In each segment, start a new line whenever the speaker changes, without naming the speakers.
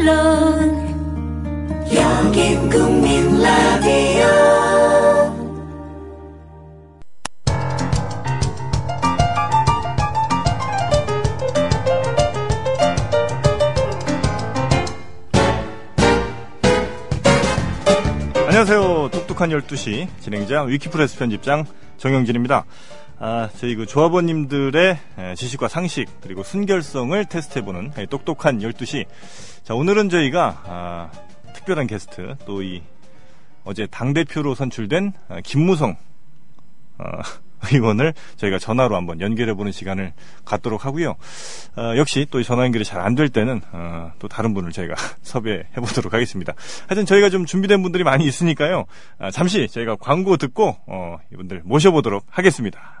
물론 여긴 국민 라디오
안녕하세요. 똑똑한 12시 진행자 위키프레스 편집장 정영진입니다. 아, 저희 그 조합원님들의 에, 지식과 상식 그리고 순결성을 테스트해보는 에, 똑똑한 12시. 자, 오늘은 저희가 아, 특별한 게스트 또 이 어제 당대표로 선출된 아, 김무성 어, 의원을 저희가 전화로 한번 연결해보는 시간을 갖도록 하고요. 어, 역시 또 이 전화 연결이 잘 안 될 때는 어, 또 다른 분을 저희가 섭외해보도록 하겠습니다. 하여튼 저희가 좀 준비된 분들이 많이 있으니까요. 아, 잠시 저희가 광고 듣고 어, 이분들 모셔보도록 하겠습니다.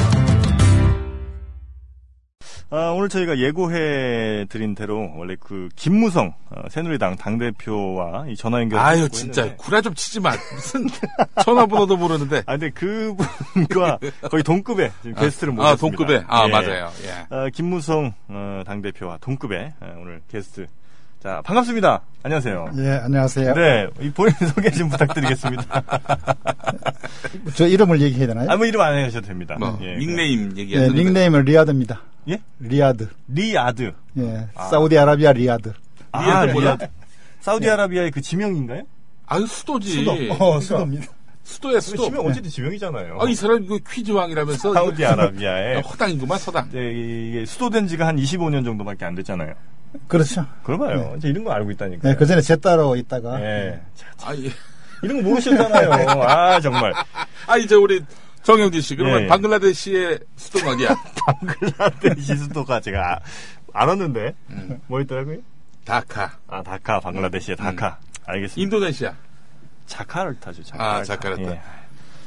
아, 오늘 저희가 예고해 드린 대로 원래 그 김무성 어, 새누리당 당대표와 이 전화 연결
아유 진짜 구라 좀 치지 마 무슨 전화번호도 모르는데
아 근데 그분과 거의 동급의 지금 게스트를
아
모셨습니다.
동급에 아
예.
맞아요 예
어, 김무성 어, 당대표와 동급의 어, 오늘 게스트. 자, 반갑습니다. 안녕하세요.
예, 안녕하세요.
네, 이 본인 소개 좀 부탁드리겠습니다.
저 이름을 얘기해야 되나요?
아무 이름 안 하셔도 됩니다.
뭐,
예,
닉네임
예,
얘기하는데
닉네임은 리아드입니다.
예?
리아드.
리아드.
예, 사우디아라비아 리아드.
아,
리아드 네. 뭐야?
사우디아라비아의 그 지명인가요?
아유
예,
수도지
수도. 어, 수도입니다.
수도야
근데
수도
지명 어쨌든 지명이잖아요.
아 이 사람 네. 이거 퀴즈왕이라면서
사우디아라비아의 네.
이거 허당이구만 서당
이제 이게 수도된 지가 한 25년 정도밖에 안 됐잖아요.
그렇죠.
그걸 봐요. 이제 이런 거 알고 있다니까요.
예, 그 전에 제 따로 있다가.
예. 자,
아예
이런 거 모르셨잖아요. 아, 정말.
아 이제 우리 정영진 씨 그러면
예.
방글라데시의 수도는 어디야
방글라데시 수도가 제가 아- 알았는데
음.
뭐 있더라고요?
다카
아 다카 방글라데시의 다카 알겠습니다.
인도네시아
자카르타죠. 자카르타.
아, 자카르타.
예.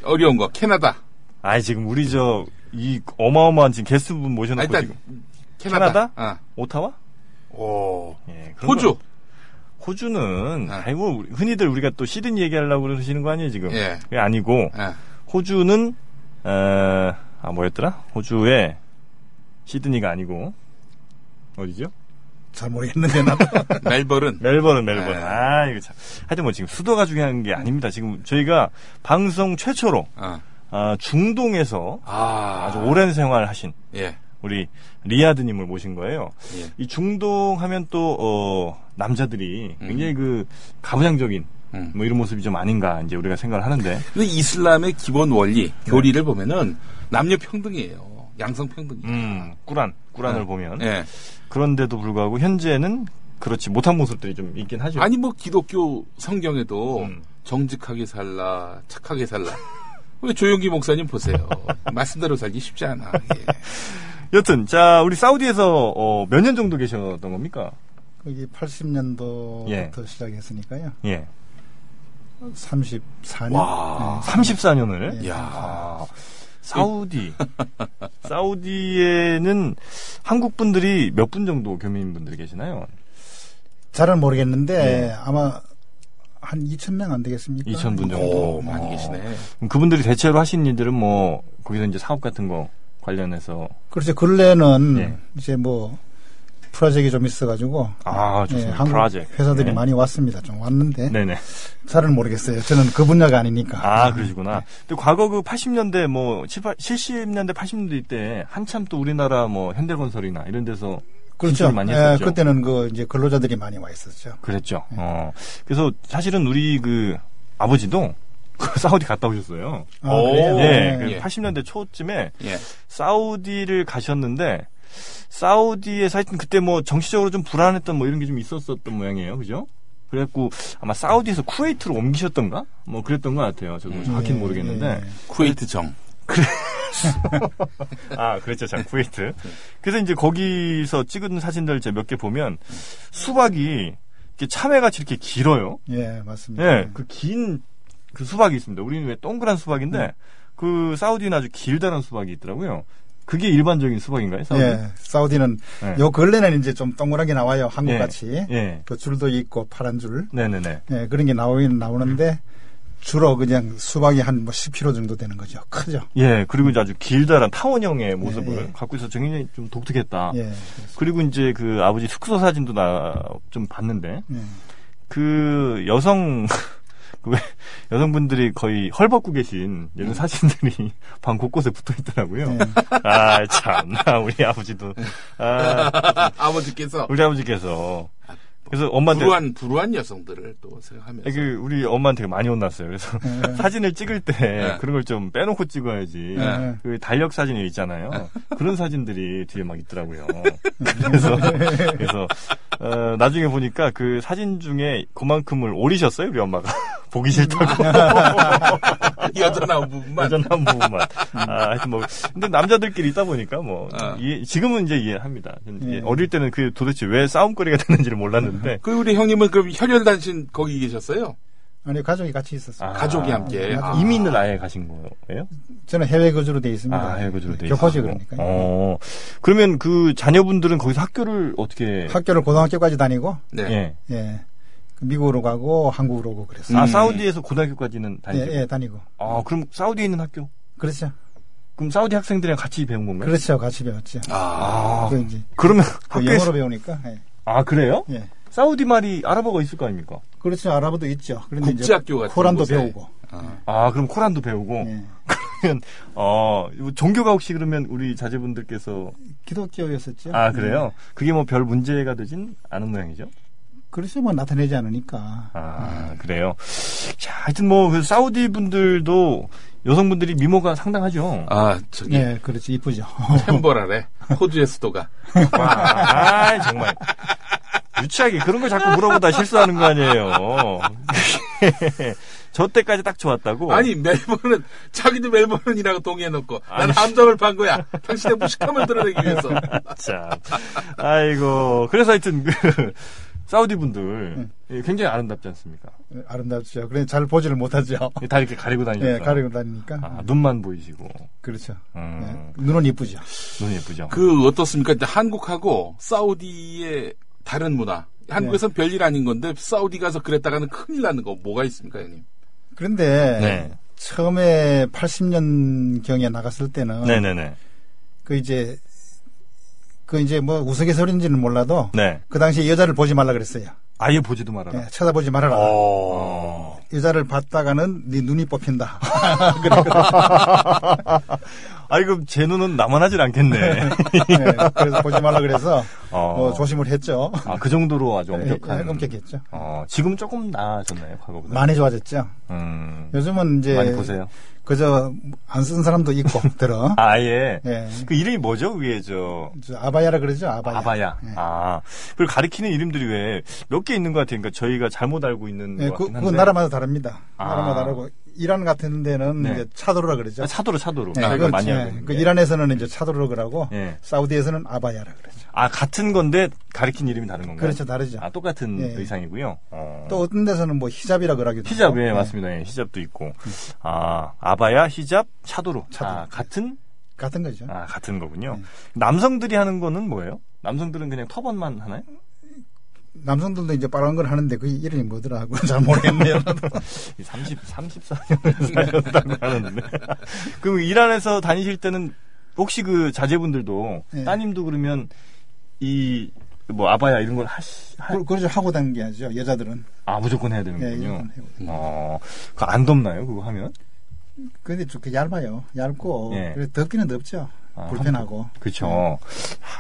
어려운 거 캐나다
아 지금 우리 저 이 어마어마한 지금 게스트분
아
모셔놓고
일단
지금
캐나다,
캐나다? 오타와?
아오
예, 그런
호주
거- 호주는
아.
아이고 우리- 흔히들 우리가 또 시드니 얘기하려고 그러시는 거 아니에요 지금?
예.
그게 아니고
아,
호주는 어, 아 뭐였더라? 호주의 시드니가 아니고 어디죠?
잘 모르겠는데, 나도.
멜버른
멜버른 멜버른.
네.
아 이거 참. 하여튼 뭐 지금 수도가 중요한 게 아닙니다. 지금 저희가 방송 최초로
아,
아, 중동에서
아
아주 오랜 생활을 하신
예
우리 리아드님을 모신 거예요.
예.
이 중동 하면 또 어, 남자들이 굉장히 그 가부장적인
음.
뭐 이런 모습이 좀 아닌가 이제 우리가 생각을 하는데
근데 이슬람의 기본 원리
네.
교리를 보면은 남녀 평등이에요. 양성 평등이에요.
음, 꾸란 꾸란을 보면
예.
그런데도 불구하고 현재는 그렇지 못한 모습들이 좀 있긴 하죠.
아니 뭐 기독교 성경에도
음.
정직하게 살라 착하게 살라. 우리 조용기 목사님 보세요. 말씀대로 살기 쉽지 않아.
네.
예.
여튼 자 우리 사우디에서 어, 몇 년 정도 계셨던 겁니까?
거기 80년도부터
예.
시작했으니까요.
예.
34년. 네.
와.
34년을.
예.
야.
아, 사우디. 사우디에는 한국 분들이 몇 분 정도 교민분들이 계시나요?
잘은 모르겠는데, 아마 한 2,000명 안 되겠습니까?
2,000 예. 분 정도.
오, 많이 계시네.
그럼 그분들이 대체로 하신 일들은 뭐, 거기서 이제 사업 같은 거 관련해서.
그렇죠. 근래는
예.
이제 뭐, 프로젝트가 좀 있어가지고.
아,
예,
좋습니다.
한국
프로젝트.
회사들이
네.
많이 왔습니다. 좀 왔는데.
네네.
잘은 모르겠어요. 저는 그 분야가 아니니까. 네.
아, 그러시구나. 근데 과거 그 80년대 뭐, 70년대, 80년대 때 한참 또 우리나라 뭐, 현대건설이나 이런 데서.
그렇죠.
진출을 많이
예,
했었죠.
그때는 그 이제 근로자들이 많이 와 있었죠.
그랬죠.
네.
어. 그래서 사실은 우리 그 아버지도 그 사우디 갔다 오셨어요.
아,
오,
그래요?
예, 그
예.
80년대 초쯤에
예.
사우디를 가셨는데 사우디에 사실 그때 뭐 정치적으로 좀 불안했던 뭐 이런 게 좀 있었었던 모양이에요, 그죠? 그래갖고 아마 사우디에서 쿠웨이트로 옮기셨던가 뭐 그랬던 것 같아요. 저도 정확히 는 모르겠는데
예, 예.
쿠웨이트 정.
아 그랬죠, 참 쿠웨이트. 그래서 이제 거기서 찍은 사진들 제가 몇 개 보면 수박이 이렇게 참외같이 이렇게 길어요.
예, 맞습니다.
예, 그 긴 그 수박이 있습니다. 우리는 왜 동그란 수박인데
음.
그 사우디는 아주 길다란 수박이 있더라고요. 그게 일반적인 수박인가요? 사우디?
예, 사우디는
네.
요 근래는 이제 좀 동그랗게 나와요.
예.
한국같이.
예.
그 줄도 있고 파란 줄.
네네네.
예, 그런 게 나오긴 나오는데 주로 그냥 수박이 한 뭐 10kg 정도 되는 거죠. 크죠.
예, 그리고 이제 아주 길다란 타원형의 모습을
예.
갖고 있어서 굉장히 좀 독특했다.
예.
그리고 이제 그 아버지 숙소 사진도 나 좀 봤는데
예.
그 여성 그왜 여성분들이 거의 헐벗고 계신 이런 사진들이 방 곳곳에 붙어 있더라고요.
예.
아 참나 우리 아버지도 아,
아버지께서
우리 아버지께서 그래서 엄마한테
불우한 불우한 여성들을 또 생각하면서
그 우리 엄마한테 많이 혼났어요. 그래서 사진을 찍을 때 그런 걸 좀 빼놓고 찍어야지.
네.
그 달력 사진이 있잖아요. 그런 사진들이 뒤에 막 있더라고요. 그래서 그래서 어, 나중에 보니까 그 사진 중에 그만큼을 올리셨어요, 우리 엄마가 보기 싫다고
여전한 부분만
그러니까 여전한 부분만. 아, 하여튼 뭐 근데 남자들끼리 있다 보니까 뭐
아.
이해- 지금은 이제 이해합니다. 근데
예.
어릴 때는 그 도대체 왜 싸움거리가 되는지를 몰랐는데
그 우리 형님은 그럼 혈혈단신 거기 계셨어요?
아니 가족이 같이 있었어요.
아.
가족이 함께 아.
이민을 아예 가신 거예요?
저는 해외 거주로 돼 있습니다.
아, 해외 거주로 돼
교포지
있었고.
그러니까.
어. 그러면 그 자녀분들은 거기서 학교를 어떻게
학교를 고등학교까지 다니고
네.
예.
예. 그 미국으로 가고 한국으로 오고 그랬어요.
아,
음.
사우디에서 고등학교까지는
예,
다니죠.
예, 다니고.
아, 그럼 사우디에 있는 학교.
그렇죠.
그럼 사우디 학생들이랑 같이 배운 건가요?
그렇죠. 같이 배웠죠.
네.
아,
아.
그 이제
그러면
그
학교에서
영어로 배우니까. 예.
아, 그래요?
예.
사우디 말이 아랍어가 있을 거 아닙니까?
그렇죠. 아랍어도 있죠. 그런데 이제
국제학교 같은
코란도
곳에.
배우고.
아.
아, 그럼 코란도 배우고.
예.
그러면 어, 이거 종교가 혹시 그러면 우리 자제분들께서
네. 기독교였었죠.
아, 그래요? 그게 뭐 별 문제가 되진 않은 모양이죠?
그렇죠. 뭐 나타내지 않으니까.
아, 그래요. 자, 하여튼 뭐그 사우디 분들도 여성분들이 미모가 상당하죠.
아, 저기
예, 그렇지. 이쁘죠.
햄버라래 호주의 수도가
와, 아, 정말 유치하게 그런 걸 자꾸 물어보다 실수하는 거 아니에요. 저 때까지 딱 좋았다고.
아니 멜버른 자기도 멜버른이라고 동의해놓고 난
아니.
함정을 판 거야 당신의 무식함을 드러내기 위해서
참. 아이고. 그래서 하여튼 그 사우디 분들 예, 굉장히 아름답지 않습니까?
아름답죠. 그래 잘 보지를 못하죠.
다 이렇게 가리고 다니니까.
예, 가리고 다니니까.
아, 눈만 보이시고.
그렇죠.
음,
예, 눈은 이쁘죠.
눈 예쁘죠.
그 어떻습니까? 이제 한국하고 사우디의 다른 문화 한국에선 별일 아닌 건데 사우디 가서 그랬다가는 큰일 나는 거 뭐가 있습니까, 형님?
그런데
네.
처음에 80년 경에 나갔을 때는
네, 네, 네.
그 이제 그 이제 뭐 우스갯소리인지는 몰라도
네.
그 당시에 여자를 보지 말라 그랬어요.
아예 보지도 말아라.
예, 쳐다보지 말아라.
어.
여자를 봤다가는 네 눈이 뽑힌다.
아이 그럼 제 눈은 나만하질 않겠네.
예, 그래서 보지 말라 그래서
어.
뭐 조심을 했죠.
아, 그 정도로 아주 엄격한.
예, 엄격했죠.
어, 지금 조금 나아졌나요, 과거보다?
많이 좋아졌죠.
음,
요즘은 이제
많이 보세요.
그저 안 쓴 사람도 있고 들어.
아, 예.
예.
그 이름이 뭐죠? 위에 저
저 아바야라 그러죠. 아바야.
아바야.
예.
아, 그리고 가리키는 이름들이 왜 몇 개 있는 것 같아요. 그러니까 저희가 잘못 알고 있는
예,
것
그,
같긴
그
한데.
나라마다 다릅니다.
아.
나라마다 다르고 이란 같은 데는
네.
이제 차도르라 그러죠.
아, 차도로 차도로.
예,
저희가
그건
많이
예,
알고 있는
그
게.
이란에서는 이제 차도르라 그러고
예.
사우디에서는 아바야라 그러죠.
아, 같은 건데 가리킨 이름이 다른 건가요?
그렇죠, 다르죠.
아, 똑같은
예.
의상이고요. 어.
또 어떤 데서는 뭐 히잡이라 그러기도
히잡,
하고.
예,
예,
맞습니다. 예, 히잡도 있고. 아, 아바야, 히잡, 차도로.
차도로.
아, 같은?
같은 거죠.
아, 같은 거군요. 남성들이 하는 거는 뭐예요? 남성들은 그냥 터번만 하나요?
남성들도 이제 빠른 걸 하는데 그 이름이 뭐더라고 잘 모르겠네요.
30, 34년을 살렸다고 하는데. 그럼 이란에서 다니실 때는 혹시 그 자제분들도
네.
따님도 그러면 이 뭐 아바야 이런 걸 하시 하,
그- 그러죠 하고 당겨야죠 여자들은.
아 무조건 해야 되는
예,
거군요.
여자들은 해고.
어, 그안 덥나요? 그거 하면?
근데 좀 얇아요. 얇고
예.
그래서 덥기는 덥죠.
아,
불편하고.
그렇죠.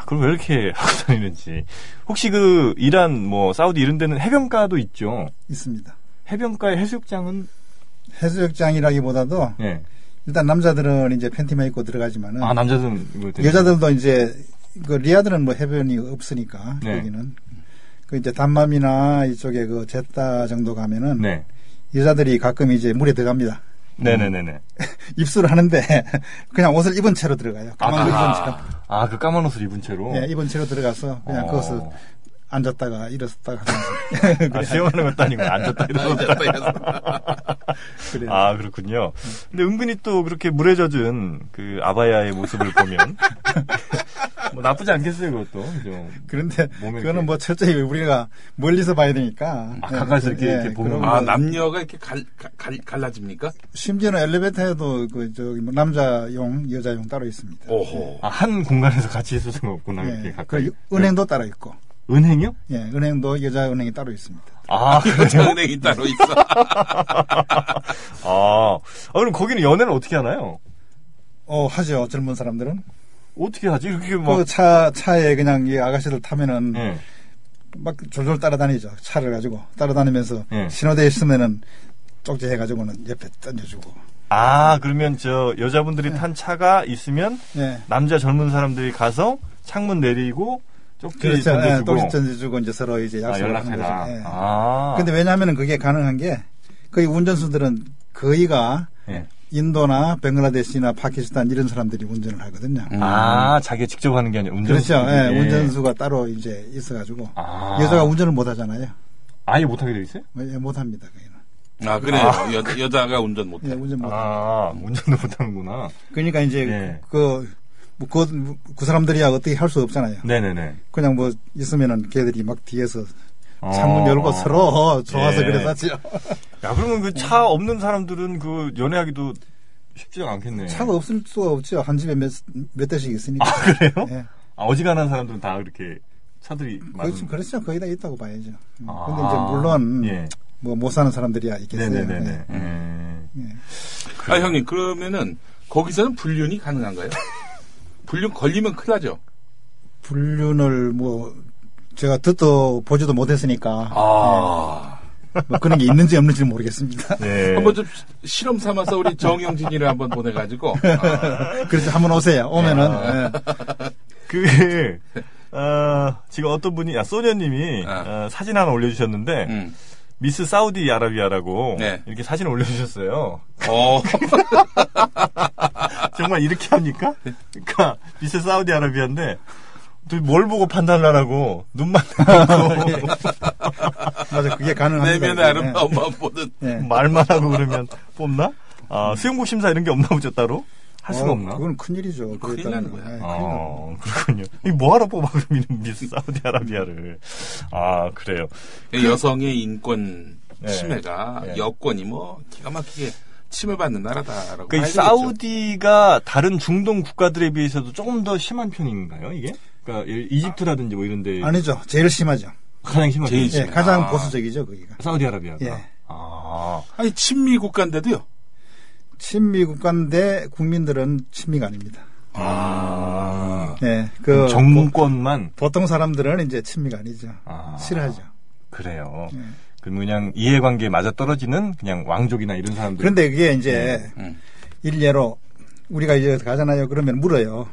그럼 왜 이렇게 하고 다니는지. 혹시 그 이란 뭐 사우디 이런 데는 해변가도 있죠.
있습니다.
해변가에 해수욕장은
해수욕장이라기보다도
예.
일단 남자들은 이제 팬티만 입고 들어가지만은
아 남자들은 이거 되게-
여자들도 이제 그 리아드는 뭐 해변이 없으니까
네.
거기는 그 이제 담맘이나 이쪽에 그 제타 정도 가면은
네.
여자들이 가끔 이제 물에 들어갑니다.
네네네네.
입수를 하는데 그냥 옷을 입은 채로 들어가요. 가만
아,
옷 입은
아,
채로.
아, 그 까만 옷을 입은 채로.
예, 입은 채로 들어가서 네, 그냥
어.
그것을 앉았다가 일어섰다가 하면서
아, 수영하는 것도 아니고 앉았다
나
이러고.
이제 또 이래서.
그래요.
아, 그렇군요. 근데 은근히 또 그렇게 물에 젖은 그 아바야의 모습을 보면 뭐 나쁘지 않겠어요, 그것도. 그죠?
그런데
몸에
그거는 뭐 철저히 우리가 멀리서 봐야 되니까. 예,
아, 가까이서 이렇게- 이렇게 보면.
그런
아,
거.
남녀가 이렇게 갈, 갈, 갈라집니까?
심지어는 엘리베이터에도 그 저기 뭐 남자용, 여자용 따로 있습니다.
오호.
아, 한 공간에서 같이 있을 수가 없구나. 어, 이렇게
예.
가까이. 네.
그리고 은행도 따로 있고.
은행이요?
예, 은행도 여자 은행이 따로 있습니다.
아, 그래요?
은행이 따로 있어.
아, 아, 그럼 거기는 연애를 어떻게 하나요?
어, 하죠. 젊은 사람들은.
어떻게 하지? 이렇게 막.
그 차, 차에 그냥 이 아가씨들 타면은
뭐 예.
막 졸졸 따라다니죠. 차를 가지고. 따라다니면서
예.
신호대에 있으면은 쪽지 해가지고는 옆에 던져주고.
아, 그러면 저 여자분들이
네.
탄 차가 있으면
예.
남자 젊은 사람들이 가서 창문 내리고 쪽지
그렇죠. 예,
던져주고
쪽지 던져주고 이제 서로 이제
아,
약속을 하는
연락해라.
거죠. 예.
아,
근데 왜냐하면 그게 가능한 게 거의 운전수들은 거의가
예.
인도나 벵글라데시나 파키스탄 이런 사람들이 운전을 하거든요.
아, 자기가 직접 하는 게 아니라 운전수.
음. 그렇죠. 예,
예.
운전수가 따로 이제 있어가지고
아.
여자가 운전을 못 하잖아요.
아예 못하게 돼 있어요?
예, 못 합니다. 거기는.
아, 그래요. 여, 여자가 운전 못해.
예, 운전 못. 합니다.
아, 운전도 못하는구나.
그러니까 이제
예.
그, 뭐 그, 그 사람들이야 어떻게 할 수 없잖아요.
네네네.
그냥 뭐 있으면은 걔들이 막 뒤에서
어.
창문 열고 서로 좋아서
예.
그랬었죠.
야, 그러면 그 차 없는 사람들은 그 연애하기도 쉽지가 않겠네.
차가 없을 수가 없죠. 한 집에 몇, 몇 대씩 있으니까.
예. 아, 그래요?
예.
아, 어지간한 사람들은 다 이렇게 차들이 많은.
그렇죠. 그렇죠. 거의 다 있다고 봐야죠. 음,
아.
근데 이제 물론
예.
뭐 못 사는 사람들이야 있겠어요.
네네네네.
예.
예.
아, 형님, 그러면은 거기서는 불륜이 가능한가요? 불륜 걸리면 큰일 나죠.
불륜을 뭐 제가 듣도 보지도 못했으니까
아.
뭐 그런 게 있는지 없는지 모르겠습니다.
네.
한번 좀 실험 삼아서 우리 정영진이를 한번 보내가지고. 아,
그래서 한번 오세요. 오면은
아.
예.
그, 어, 지금 어떤 분이, 아, 소녀님이
아.
어, 사진 하나 올려주셨는데,
음.
미스 사우디아라비아라고
네.
이렇게 사진 올려주셨어요.
어.
정말 이렇게 합니까? 그러니까 미스 사우디아라비아인데 또 뭘 보고 판단을 하라고 눈만
예. 맞아 그게 가능합니다.
내면의 아름다움만 보는.
예. 예.
말만 하고 그러면 뽑나? 아, 수영복 심사 이런 게 없나 보죠 따로? 할 수가
어,
없나?
그건 큰일이죠. 그거에
큰일 나는 거야.
따르면. 예, 큰일 나는 거야.
아, 그렇군요. 이 뭐하러 뽑아 그러면 미스 사우디아라비아를. 아, 그래요.
네, 여성의 인권
네.
침해가
네.
여권이 뭐 기가 막히게 침해받는 나라다라고.
그러니까 이
봐야 되겠죠.
사우디가 다른 중동 국가들에 비해서도 조금 더 심한 편인가요, 이게? 그러니까 예를- 이집트라든지 뭐 이런 데
아니죠. 제일 심하죠.
가장 심한
제일
편이죠.
예,
아.
가장 보수적이죠 거기가.
사우디아라비아가.
예.
아.
아니, 친미 국가인데도요.
친미 국가인데 국민들은 친미가 아닙니다.
아.
예, 음. 그
정권만
보통 사람들은 이제 친미가 아니죠.
아.
싫어하죠.
그래요.
음.
그럼 그냥 이해관계에 맞아 떨어지는 그냥 왕족이나 이런 사람들.
그런데 그게 이제
음.
일례로 우리가 이제 가잖아요. 그러면 물어요.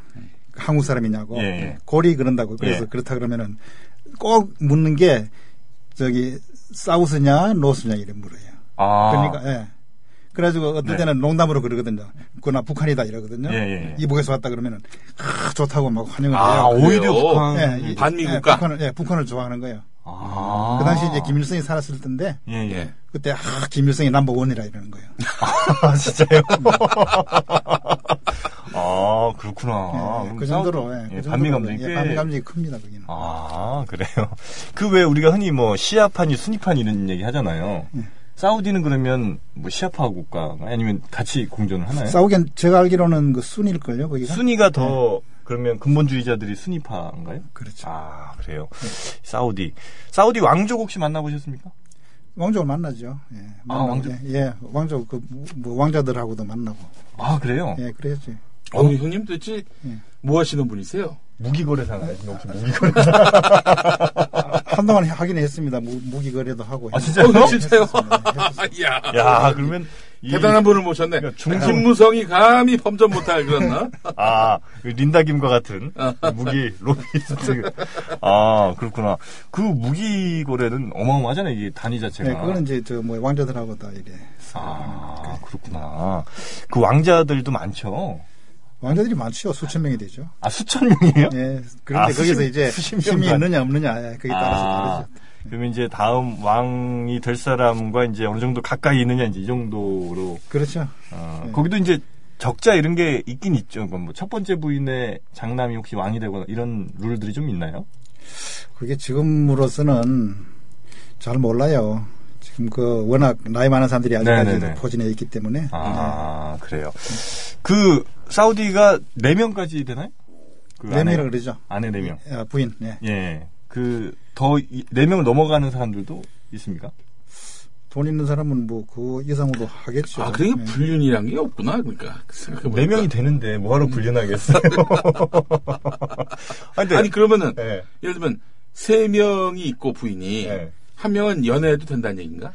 한국 사람이냐고.
예, 예.
고리 그런다고. 그래서
예.
그렇다 그러면은 꼭 묻는 게 저기 사우스냐 노스냐 이래 물어요.
아.
그러니까 예. 그래가지고 어떨
네.
때는 농담으로 그러거든요. 그나 북한이다 이러거든요.
예, 예, 예.
이북에서 왔다 그러면은 아, 좋다고 막 환영을
아,
해요.
오히려
그래요?
북한.
이-
반미
예,
국가?
북한을, 예, 북한을 좋아하는 거예요.
아.
그 당시 이제 김일성이 살았을 텐데
예, 예.
예.
그때 아, 김일성이 남보 원이라 이러는 거예요.
아, 진짜요? 아, 그렇구나.
예,
그럼
그
싸우-
정도로 예,
예,
그 정도로
반미 감정이
예,
꽤.
반미 감정이 큽니다 거기는.
아, 그래요. 그 왜 우리가 흔히 뭐 시아판이 순위판 이런 얘기 하잖아요.
예.
사우디는 그러면 뭐 시아파 국가 아니면 같이 공존을 하나요?
싸우긴 제가 알기로는 그 순일 걸요 거기가.
네. 순위가 더 그러면 근본주의자들이 순위파인가요?
그렇죠. 예.
아 그래요. 사우디 사우디 왕족 혹시 만나보셨습니까?
왕족을 만나죠. 예, 만나고,
아, 왕족.
예, 예, 왕족 그 뭐 왕자들하고도 만나고.
아 그래요.
예, 그랬지.
어, 형님 도대체
네.
뭐 하시는 분이세요?
무기 거래사가 혹시 무기 거래?
한동안 하긴 했습니다. 무, 무기 거래도 하고.
아
했는데.
진짜요?
어, 진짜요? 야.
야 그러면 이-
대단한 분을 모셨네.
그러니까 중심-
김무성이 감히 범접 못할 그랬나?
아그 린다 김과 같은 무기 로비스트. 아 그렇구나. 그 무기 거래는 어마어마하잖아요. 이게 단위 자체가.
예, 그거는 이제 저 뭐 왕자들하고 다 이래.
아 그렇구나. 그 왕자들도 많죠.
왕자들이 많죠. 수천 명이 되죠.
아, 수천 명이에요?
예.
아,
그런데
수십-
거기서 이제
수십
힘이
명단.
있느냐 없느냐 예, 그게 따라서
아,
다르죠.
그러면 이제 다음 왕이 될 사람과 이제 어느 정도 가까이 있느냐 이제 이 정도로
그렇죠.
어, 거기도 이제 적자 이런 게 있긴 있죠. 뭐첫 번째 부인의 장남이 혹시 왕이 되거나 이런 룰들이 좀 있나요?
그게 지금으로서는 잘 몰라요. 지금 그 워낙 나이 많은 사람들이
네네네.
아직까지도 포진해 있기 때문에 네.
아 그래요. 그 사우디가 네 명까지 되나요? 그
네 명이라
아내-
그러죠.
아내 네 명.
아, 부인. 예.
예. 그 더 네 명을 넘어가는 사람들도 있습니까?
돈 있는 사람은 뭐 그 이상으로 하겠죠.
아, 그러니까
예.
불륜이란 게 없구나. 그러니까
네 명이 되는데 뭐하러 불륜하겠어요? 아니, 근데-
아니 그러면은
네.
예.
예를 들면 세 명이 있고 부인이
네.
예.
한 명은 연애해도 된다는 얘기인가?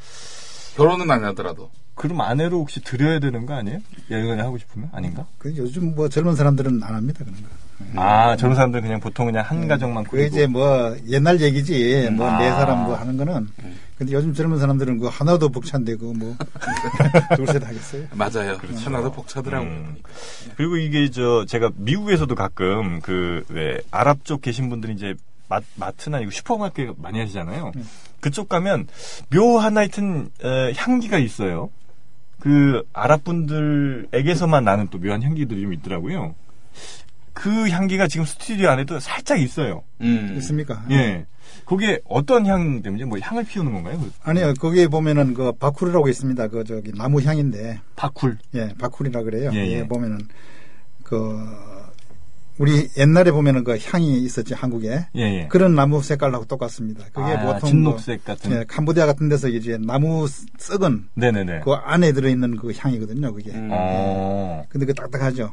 결혼은 안 하더라도.
그럼 아내로 혹시 드려야 되는 거 아니에요? 연애 하고 싶으면 아닌가?
그 요즘 뭐 젊은 사람들은 안 합니다 그런 거.
아 저런 사람들 그냥 보통 음. 그냥 한 가정만
그게
꾸리고
이제 뭐 옛날 얘기지. 뭐 네
아. 음.
사람 뭐 하는 거는. 근데 요즘 젊은 사람들은 그 하나도 벅찬데고 뭐 둘셋 하겠어요.
맞아요.
그렇죠.
하나도 복차더라고요.
음.
그리고 이게 저 제가 미국에서도 가끔 그 왜 아랍 쪽 계신 분들이 이제 마, 마트나 이거 슈퍼마켓 많이 하시잖아요.
네.
그쪽 가면 묘한 하여튼 에, 향기가 있어요. 그 아랍 분들에게서만 나는 또 묘한 향기들이 좀 있더라고요. 그 향기가 지금 스튜디오 안에도 살짝 있어요.
음.
있습니까?
예. 그게 어떤 향 때문에 뭐 향을 피우는 건가요? 그
아니요 거기에 보면은 그 바쿠르라고 있습니다. 그 저기 나무 향인데
바쿨.
예, 바쿨이라 그래요.
예, 예.
예, 보면은 그 우리 옛날에 보면은 그 향이 있었지 한국에
예, 예.
그런 나무 색깔하고 똑같습니다. 그게
아,
보통
진녹색
그,
같은.
예, 캄보디아 같은 데서 이제 나무 썩은
네네네.
그 안에 들어 있는 그 향이거든요. 그게.
음.
아.
근데 그 딱딱하죠.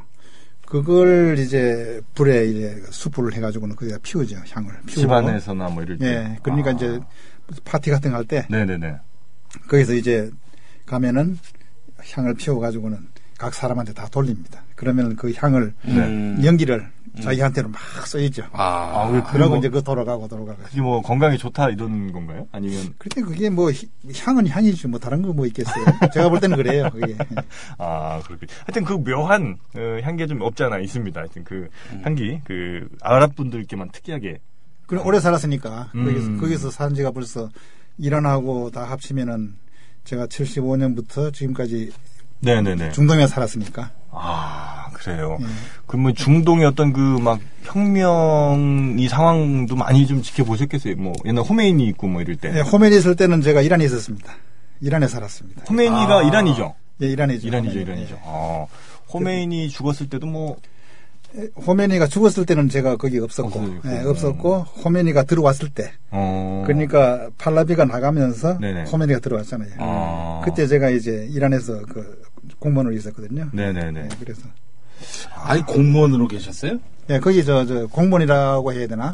그걸 이제 불에 이제 수풀을 해가지고는 거기다 피우죠 향을. 피우고.
집안에서나 뭐 이럴 때.
예, 그러니까
아.
이제 무슨 파티 같은 거 할 때
네네네.
거기서 이제 가면은 향을 피워가지고는 각 사람한테 다 돌립니다. 그러면 그 향을
음.
연기를 자기한테로 막 쏘이죠.
아,
왜
그러고 이제 그 돌아가고 돌아가고.
그게 뭐 건강에 좋다 이런 건가요? 아니면
그런데 그게 뭐 희- 향은 향이지 뭐 다른 거 뭐 있겠어요. 제가 볼 때는 그래요. 그게.
아 그렇게 하여튼 그 묘한 어, 향기 좀 없잖아 있습니다. 하여튼 그
음.
향기 그 아랍 분들께만 특이하게
그럼 오래 살았으니까
음.
거기서, 거기서 산 지가 벌써 일어나고 다 합치면은 제가 75년부터 지금까지
네네네.
중동에 살았으니까
아 그래요.
음.
그럼 뭐 중동의 어떤 그 막 혁명이 상황도 많이 좀 지켜보셨겠어요. 뭐 옛날 호메인이 있고 뭐 이럴 때.
예, 호멜이 있을 때는 제가 이란에 있었습니다. 이란에 살았습니다.
호메인이가
아.
이란이죠.
예, 이란이죠. 네.
이란이죠,
호메니.
이란이죠. 아, 호메인이 죽었을 때도 뭐
예, 호메니가 죽었을 때는 제가 거기 없었고,
없었고.
예, 없었고 호메니가 들어왔을 때,
어.
그러니까 팔라비가 나가면서
네네.
호메니가 들어왔잖아요.
아.
그때 제가 이제 이란에서 그 공무원으로 있었거든요.
네네네.
예, 그래서
아니 공무원으로 계셨어요?
예, 거기 저, 저 공무원이라고 해야 되나?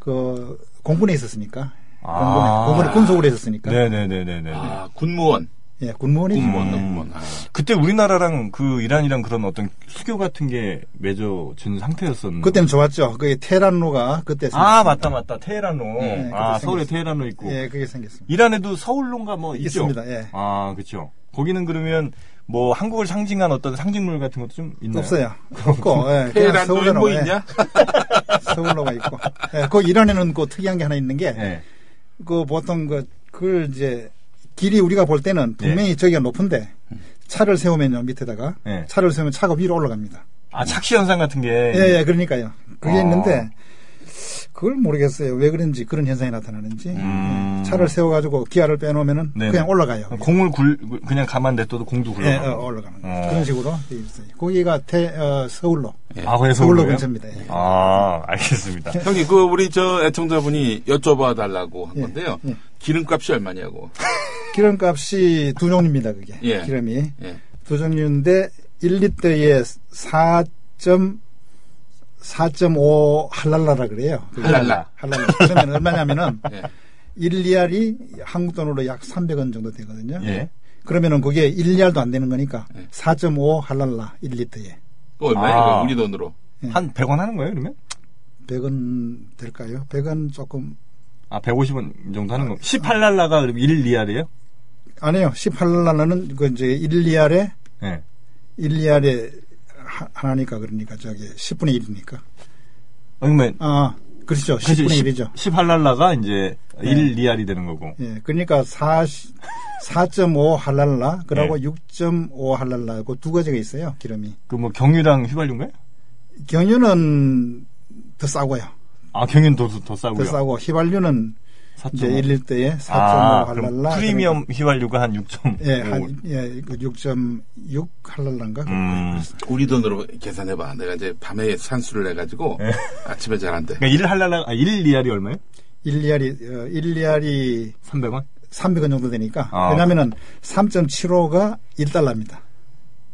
그 공군에 있었으니까.
아.
공군에, 공군에 군속으로 있었으니까.
네네네네네.
아, 군무원.
예, 군무원이죠.
군무원, 군무원. 아.
그때 우리나라랑 그 이란이랑 그런 어떤 수교 같은 게 맺어진 상태였었는데.
그때는 좋았죠. 그게 테란로가 그때
아,
생겼습니다.
맞다, 맞다. 테헤란로.
네, 그때
아, 서울에
생겼어요.
테헤란로 있고.
예, 그게 생겼습니다.
이란에도 서울론가 뭐 있죠?
있습니다. 예.
아, 그쵸. 거기는 그러면 뭐 한국을 상징한 어떤 상징물 같은 것도 좀 있나요?
없어요. 없고. 예, 그냥
테헤란도에 뭐
서울로가- 예,
있냐?
서울로가 있고. 예, 그 이란에는 그 특이한 게 하나 있는 게,
예.
그 보통 그, 그걸 이제 길이 우리가 볼 때는 분명히 저기가 높은데, 차를 세우면요, 밑에다가.
예.
차를 세우면 차가 위로 올라갑니다.
아, 착시현상 같은 게.
예, 예, 그러니까요. 그게
아.
있는데 그걸 모르겠어요. 왜 그런지 그런 현상이 나타나는지
음.
예, 차를 세워가지고 기아를 빼놓으면은
네네.
그냥 올라가요.
공을 굴, 그냥 가만 냅둬도 공도
예,
굴러가고.
어, 올라가는 거예요.
어.
그런 식으로 돼 있어요. 거기가 태, 어, 서울로
아, 왜
서울로
서울로?
근처입니다. 예.
아, 알겠습니다.
예. 형님, 그 우리 저 애청자분이 여쭤봐 달라고 한
예,
건데요.
예.
기름값이 얼마냐고.
기름값이 두 종류입니다. 그게
예.
기름이
예.
두 종류인데 1리터에 4. 4.5 할랄라라 그래요. 그게
할랄라.
할랄라. 그러면 얼마냐면은
예.
1리알이 한국 돈으로 약 300원 정도 되거든요.
예.
그러면은 그게 1리알도 안 되는 거니까
네.
4.5 할랄라 1리터에
그 얼마야?
아.
이거 우리 돈으로.
한 100원 하는 거예요, 그러면?
100원 될까요? 100원 조금
아, 150원 정도 하는 거. 18랄라가 그럼 1리알이에요?
아니요. 18할랄라는 그 이제 1리알에
예.
1리알에 하- 하나니까 그러니까 저기 10분의 1이니까.
그러면
아, 그렇죠. 10분의 1이죠.
10 할랄라가 이제
네.
1 리알이 되는 거고.
예, 그러니까 4, 4.5 할랄라, 그리고
예.
6.5 할랄라, 그 두 가지가 있어요, 기름이.
그 뭐 경유랑 휘발유인가요?
경유는 더 싸고요.
아, 경유는 더, 더 싸고요.
더 싸고, 휘발유는
4.5.
이제 1일 때에 4.5
아, 그럼
할랄라.
프리미엄 휘발유가 한 6.5.
그러니까, 예, 한, 예, 그 6.6 할랄라인가?
음.
우리 돈으로 계산해봐. 내가 이제 밤에 산수를 해가지고 아침에 잘 안 돼.
그러니까 1 할랄라, 아, 1 리알이 얼마예요?
1리알이, 어, 1리알이
300원?
300원 정도 되니까.
아.
왜냐면은 3.75가 1달러입니다.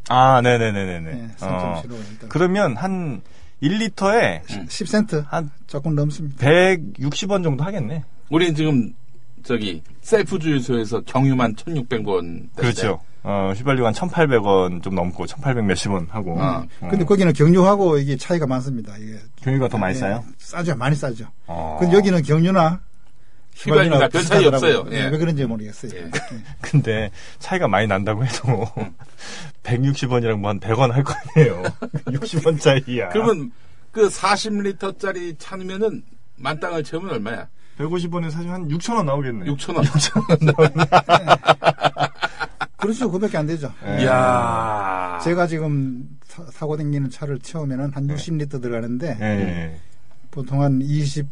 아, 네네네네네.
예,
어.
3.75가 1달러.
그러면 한 1리터에
10센트?
한
조금 넘습니다.
160원 정도 하겠네.
우리는 지금 저기 셀프 주유소에서 경유만 1,600원.
그렇죠. 어, 휘발유 한 1,800원 좀 넘고 1,800 몇십 원 하고.
아,
어,
근데 거기는 경유하고 이게 차이가 많습니다. 이게
경유가 더 많이
예,
싸요?
싸죠. 많이 싸죠.
네. 어.
근데 여기는 경유나
휘발유나 별 차이
비슷하더라고요.
없어요. 예.
왜 그런지 모르겠어요.
예.
근데 차이가 많이 난다고 해도 160원이랑 뭐 한 100원 할 거 아니에요. 60원 차이야.
그러면 그 40리터짜리 차면은 만땅을 채우면 얼마야?
150원에 사실 한 6천 원 나오겠네.
6,000원. 6,000원.
그렇죠. 그밖에 안 되죠.
예.
이야.
제가 지금 사- 사고 댕기는 차를 채우면 한 60리터 들어가는데
예. 예.
보통 한 20,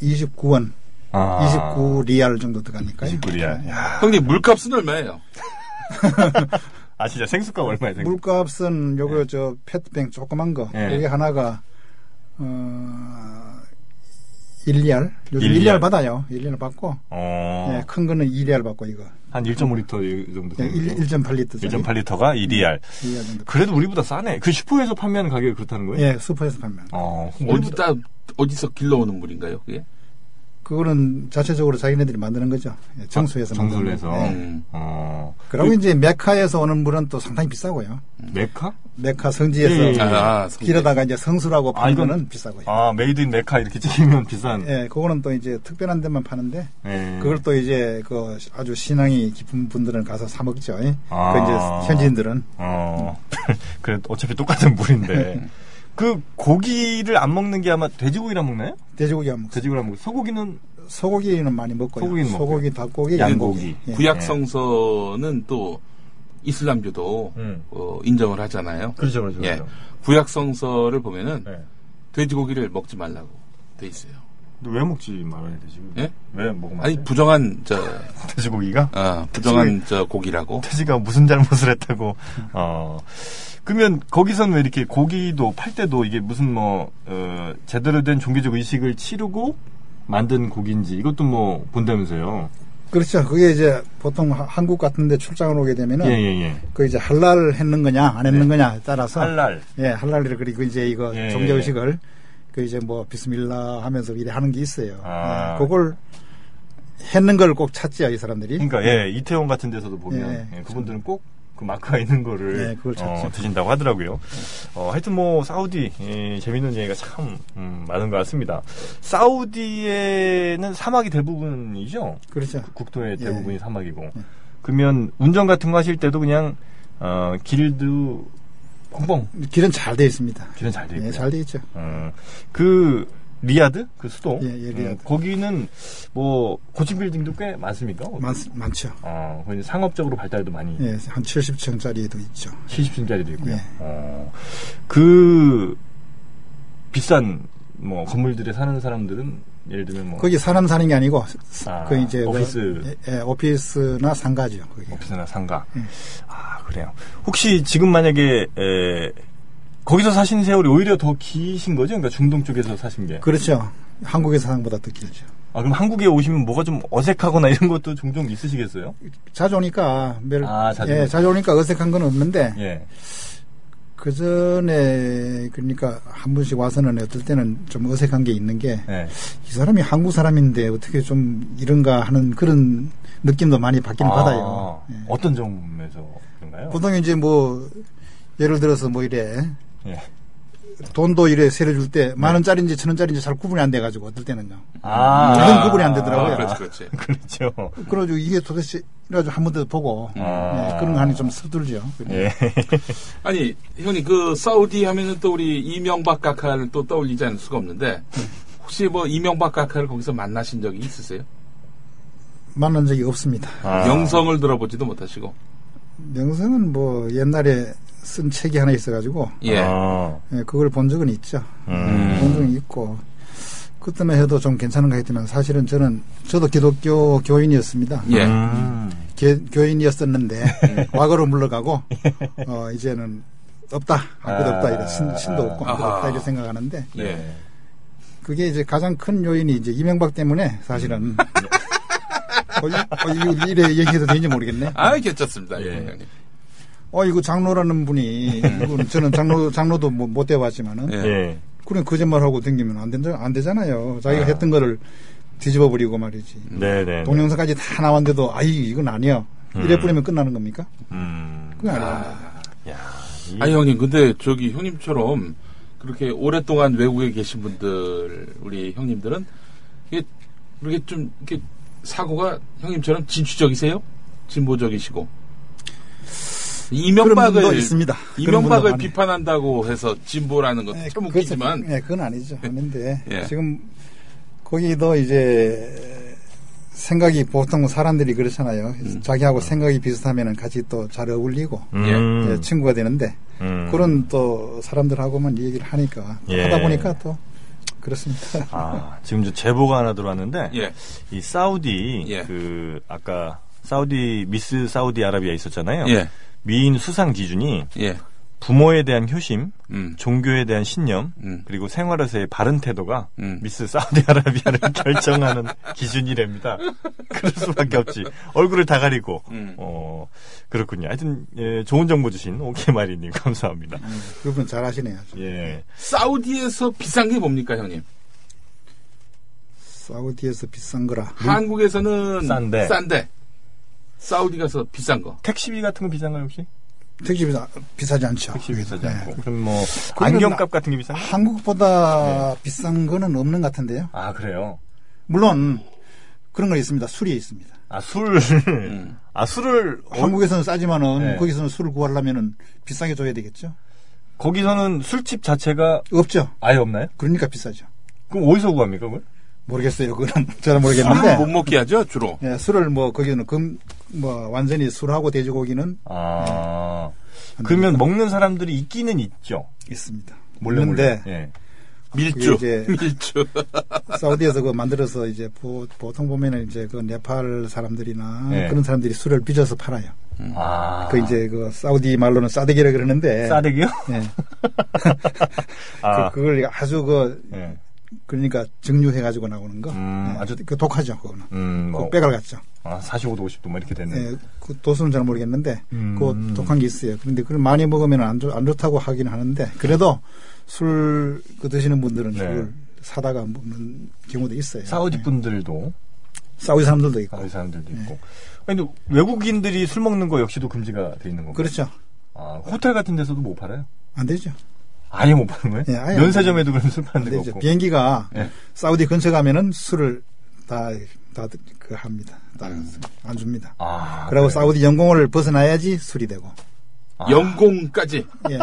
29원,
아.
29리알 정도 들어가니까요.
29리알. 야.
형님 물값은 얼마예요?
아 진짜 생수값 얼마야? 생수? 네.
물값은 요거 저 페트병 조그만 거
예.
여기 하나가 어 1리알 요즘
일 리알.
1리알 받아요. 1리알 받고
어.
네.
예, 큰 거는 2리알 받고 이거
한 1.5리터 정도.
예, 1, 1.8리터
1.8리터가 2리알.
정도.
그래도 우리보다 싸네. 그 슈퍼에서 판매하는 가격이 그렇다는 거예요?
예, 슈퍼에서 팔면.
어. 우리보다-
어디다 어디서 길러오는 물인가요? 그게?
그거는 자체적으로 자기네들이 만드는 거죠. 예, 정수에서
정수를 아, 해서.
만드는 거. 예.
음.
어.
그리고 이제 메카에서 오는 물은 또 상당히 비싸고요.
메카?
메카 성지에서
예, 예.
아,
길에다가 이제 성수라고
아,
파는
이건-
거는 비싸고요.
아, 메이드 인 메카 이렇게 찍으면 비싼.
예, 그거는 또 이제 특별한 데만 파는데
예.
그걸 또 이제 그 아주 신앙이 깊은 분들은 가서 사 먹죠. 예.
아.
그 이제 현지인들은
어. 그래 어차피 똑같은 물인데. 그 고기를 안 먹는 게 아마 돼지고기를 안 먹나요?
돼지고기 안 먹고
돼지고기 안 먹고 소고기는
소고기는 많이
그
먹고요.
소고기는
소고기, 닭고기,
양고기.
양고기. 예.
구약 성서는 또 이슬람교도
음.
어, 인정을 하잖아요.
그렇죠, 그렇죠.
예.
그렇죠.
구약 성서를 보면은
네.
예.
돼지고기를 먹지 말라고 돼 있어요.
근데 왜 먹지 말아야 되지?
예?
왜 먹으면
아니
안 돼?
부정한 저
돼지고기가
어, 부정한 저 고기라고.
돼지가 무슨 잘못을 했다고 어 그러면 거기서는 왜 이렇게 고기도 팔 때도 이게 무슨 뭐 어, 제대로 된 종교적 의식을 치르고 만든 고기인지 이것도 뭐 본다면서요?
그렇죠. 그게 이제 보통 하- 한국 같은 데 출장을 오게 되면은
예예 예. 예.
그 이제 할랄 했는 거냐 안 했는 거냐에 따라서
할랄.
예, 할랄을 그리고 이제 이거
예,
종교
예.
의식을 그 이제 뭐 비스밀라 하면서 이래 하는 게 있어요.
아.
예, 그걸 했는 걸 꼭 찾지요, 이 사람들이.
그러니까 예 이태원 같은 데서도 보면
예,
예, 그분들은 꼭. 그 마크가 있는 거를
예, 그걸 찾죠.
어, 드신다고 하더라고요. 어, 하여튼 뭐 사우디 예, 재밌는 얘기가 참 음, 많은 것 같습니다. 사우디에는 사막이 대부분이죠.
그렇죠.
국토의
예.
대부분이 사막이고 그러면 운전 같은 거 하실 때도 그냥 어, 길도 뻥뻥
길은 잘 돼 있습니다.
길은 잘 돼 있고
예, 잘 돼 있죠.
음, 그 리야드 그 수도
예, 예, 리야드.
거기는 뭐 고층 빌딩도 꽤 많습니까?
많, 많죠.
어, 거기 상업적으로 발달도 많이
예, 한 70층짜리도 있죠.
70층짜리도 있고요.
예.
어, 그 비싼 뭐 건물들에 사는 사람들은 예를 들면 뭐
거기 사람 사는 게 아니고
아,
그 이제 뭐-
오피스.
예, 예, 오피스나 상가죠. 거기.
오피스나 상가.
음.
아 그래요. 혹시 지금 만약에 에, 거기서 사신 세월이 오히려 더 기신 거죠? 그러니까 중동 쪽에서 사신 게.
그렇죠. 한국의 사상보다 더 길죠.
아 그럼 한국에 오시면 뭐가 좀 어색하거나 이런 것도 종종 있으시겠어요?
자주 오니까 별
아, 자주
예, 자주 오니까 어색한 건 없는데
예.
그 전에 그러니까 한 번씩 와서는 어떨 때는 좀 어색한 게 있는 게 이
예.
사람이 한국 사람인데 어떻게 좀 이런가 하는 그런 느낌도 많이 받긴
아,
받아요. 예.
어떤 점에서 그런가요?
보통 이제 뭐 예를 들어서 뭐 이래
예.
돈도 이래 세를 줄 때 만 원짜리인지 천 원짜리인지 잘 구분이 안 돼 가지고 어떨 때는요.
아.
그건 구분이 안 되더라고요.
아, 그렇지, 그렇지.
그렇죠.
그래가지고 이게 도대체 이래가지고 한 번 더 보고
아.
예, 그런 거 하니 좀 서툴죠.
예.
아니, 형님, 그, 사우디 하면은 또 우리 이명박 각하를 또 떠올리지 않을 수가 없는데, 혹시 뭐 이명박 각하를 거기서 만나신 적이 있으세요?
만난 적이 없습니다.
아.
영성을 들어보지도 못하시고.
명성은 뭐 옛날에 쓴 책이 하나 있어가지고
예.
아.
예, 그걸 본 적은 있죠.
음.
본 적은 있고 그때만 해도 좀 괜찮은가 했지만 사실은 저는 저도 기독교 교인이었습니다.
예.
음.
개- 교인이었었는데 과거로 물러가고 어, 이제는 없다 아무도
아.
없다 이래 신, 신도 없고 아무도
아하.
없다 이렇게 생각하는데
예.
그게 이제 가장 큰 요인이 이제 이명박 때문에 사실은 어, 이- 어, 이거 이래 얘기해도 되는지 모르겠네.
아, 괜찮습니다. 예, 형님.
어 이거 장로라는 분이 이거는 저는 장로 장로도 뭐, 못 되봤지만은
예.
예.
그런 거짓말 하고 댕기면 안 된다 안 되잖아요. 자기가 했던 거를 뒤집어 버리고 말이지.
네네.
동영상까지 다 나왔는데도 아이 이건 아니야. 이래 뿌리면 끝나는 겁니까?
음.
그건 아니야.
예. 아니, 형님, 근데 저기 형님처럼 그렇게 오랫동안 외국에 계신 분들, 우리 형님들은, 이게, 그렇게 좀, 이렇게 사고가 형님처럼 진취적이세요? 진보적이시고.
그런 분도
이명박을
있습니다. 그런 분도
이명박을
많이.
비판한다고 해서 진보라는 것도
예,
참
그것도-
웃기지만
예, 그건 아니죠. 아닌데
예.
지금 거기도 이제 생각이 보통 사람들이 그렇잖아요.
음.
자기하고 생각이 비슷하면 같이 또 잘 어울리고
음.
예, 친구가 되는데
음.
그런 또 사람들하고만 이 얘기를 하니까 또
예.
하다 보니까 또 그렇습니다.
아, 지금 저 제보가 하나 들어왔는데
예.
이 사우디
예.
그 아까 사우디 미스 사우디 아라비아 있었잖아요.
예.
미인 수상 기준이
예.
부모에 대한 효심,
음.
종교에 대한 신념,
음.
그리고 생활에서의 바른 태도가
음.
미스 사우디아라비아를 결정하는 기준이랍니다. 그럴 수밖에 없지. 얼굴을 다 가리고.
음.
어, 그렇군요. 하여튼, 예, 좋은 정보 주신 오케마리님 감사합니다.
음.
그분 잘 하시네요.
예.
사우디에서 비싼 게 뭡니까 형님?
음? 사우디에서 비싼 거라. 음,
한국에서는
싼데.
사우디 가서 비싼 거.
택시비 같은 거 비싼가요, 혹시?
택시비 사- 비싸지 않죠.
택시비 비싸지
네.
않고. 그럼 뭐,
그거는
안경값 같은 게 비싼가?
한국보다
네.
비싼 거는 없는 것 같은데요.
아, 그래요?
물론 그런 거 있습니다. 술이 있습니다.
아, 술.
음.
아, 술을, 어,
한국에서는 싸지만은
네.
거기서는 술을 구하려면은 비싸게 줘야 되겠죠.
거기서는 술집 자체가
없죠.
아예 없나요?
그러니까 비싸죠.
그럼 어디서 구합니까, 그걸?
모르겠어요. 그건
아, 뭐.
술은 아, 못
잘 모르겠는데.
먹게 하죠 주로.
예, 술을 뭐 거기는 금, 뭐 완전히 술하고 돼지고기는
아.
음.
그러면 먹는 사람들이 있기는 있죠.
있습니다.
몰래 몰래.
있는데
예.
밀주.
그게 이제-
밀주.
사우디에서 그 만들어서 이제 보, 통 보면은 이제 그 네팔 사람들이나
네.
그런 사람들이 술을 빚어서 팔아요.
아.
그 이제 그 사우디 말로는 싸대기라 그러는데
싸대기요?
예.
아.
그, 걸 아주 그
예.
그러니까 증류해 가지고 나오는 거.
음,
예.
아주-
그 독하죠, 그거는.
음,
그
뭐.
빼갈 같죠.
아, 45도 50도 뭐 이렇게 됐네.
예, 그 도수는 잘 모르겠는데
음.
그 독한 게 있어요. 그런데 그걸 많이 먹으면 안, 좋, 안 좋다고 하긴 하는데 그래도 술 그 드시는 분들은
네.
그걸 사다가 먹는 경우도 있어요. 네.
사우디
예.
분들도,
사우디 사람들도 있고.
사우디 사람들도 있고. 아니, 근데 외국인들이 술 먹는 거 역시도 금지가 돼 있는 건가요?
그렇죠.
아, 호텔 같은 데서도 못 팔아요?
안 되죠.
아예 못 파는
예,
거예요?
아예 안
면세점에도 그럼 술
안
파는 데가
되죠.
없고.
비행기가
예.
사우디 근처 가면은 술을 다, 다, 그, 합니다. 다, 안 줍니다.
음. 아. 그래요?
그리고 사우디 영공을 벗어나야지 술이 되고.
아. 영공까지.
예.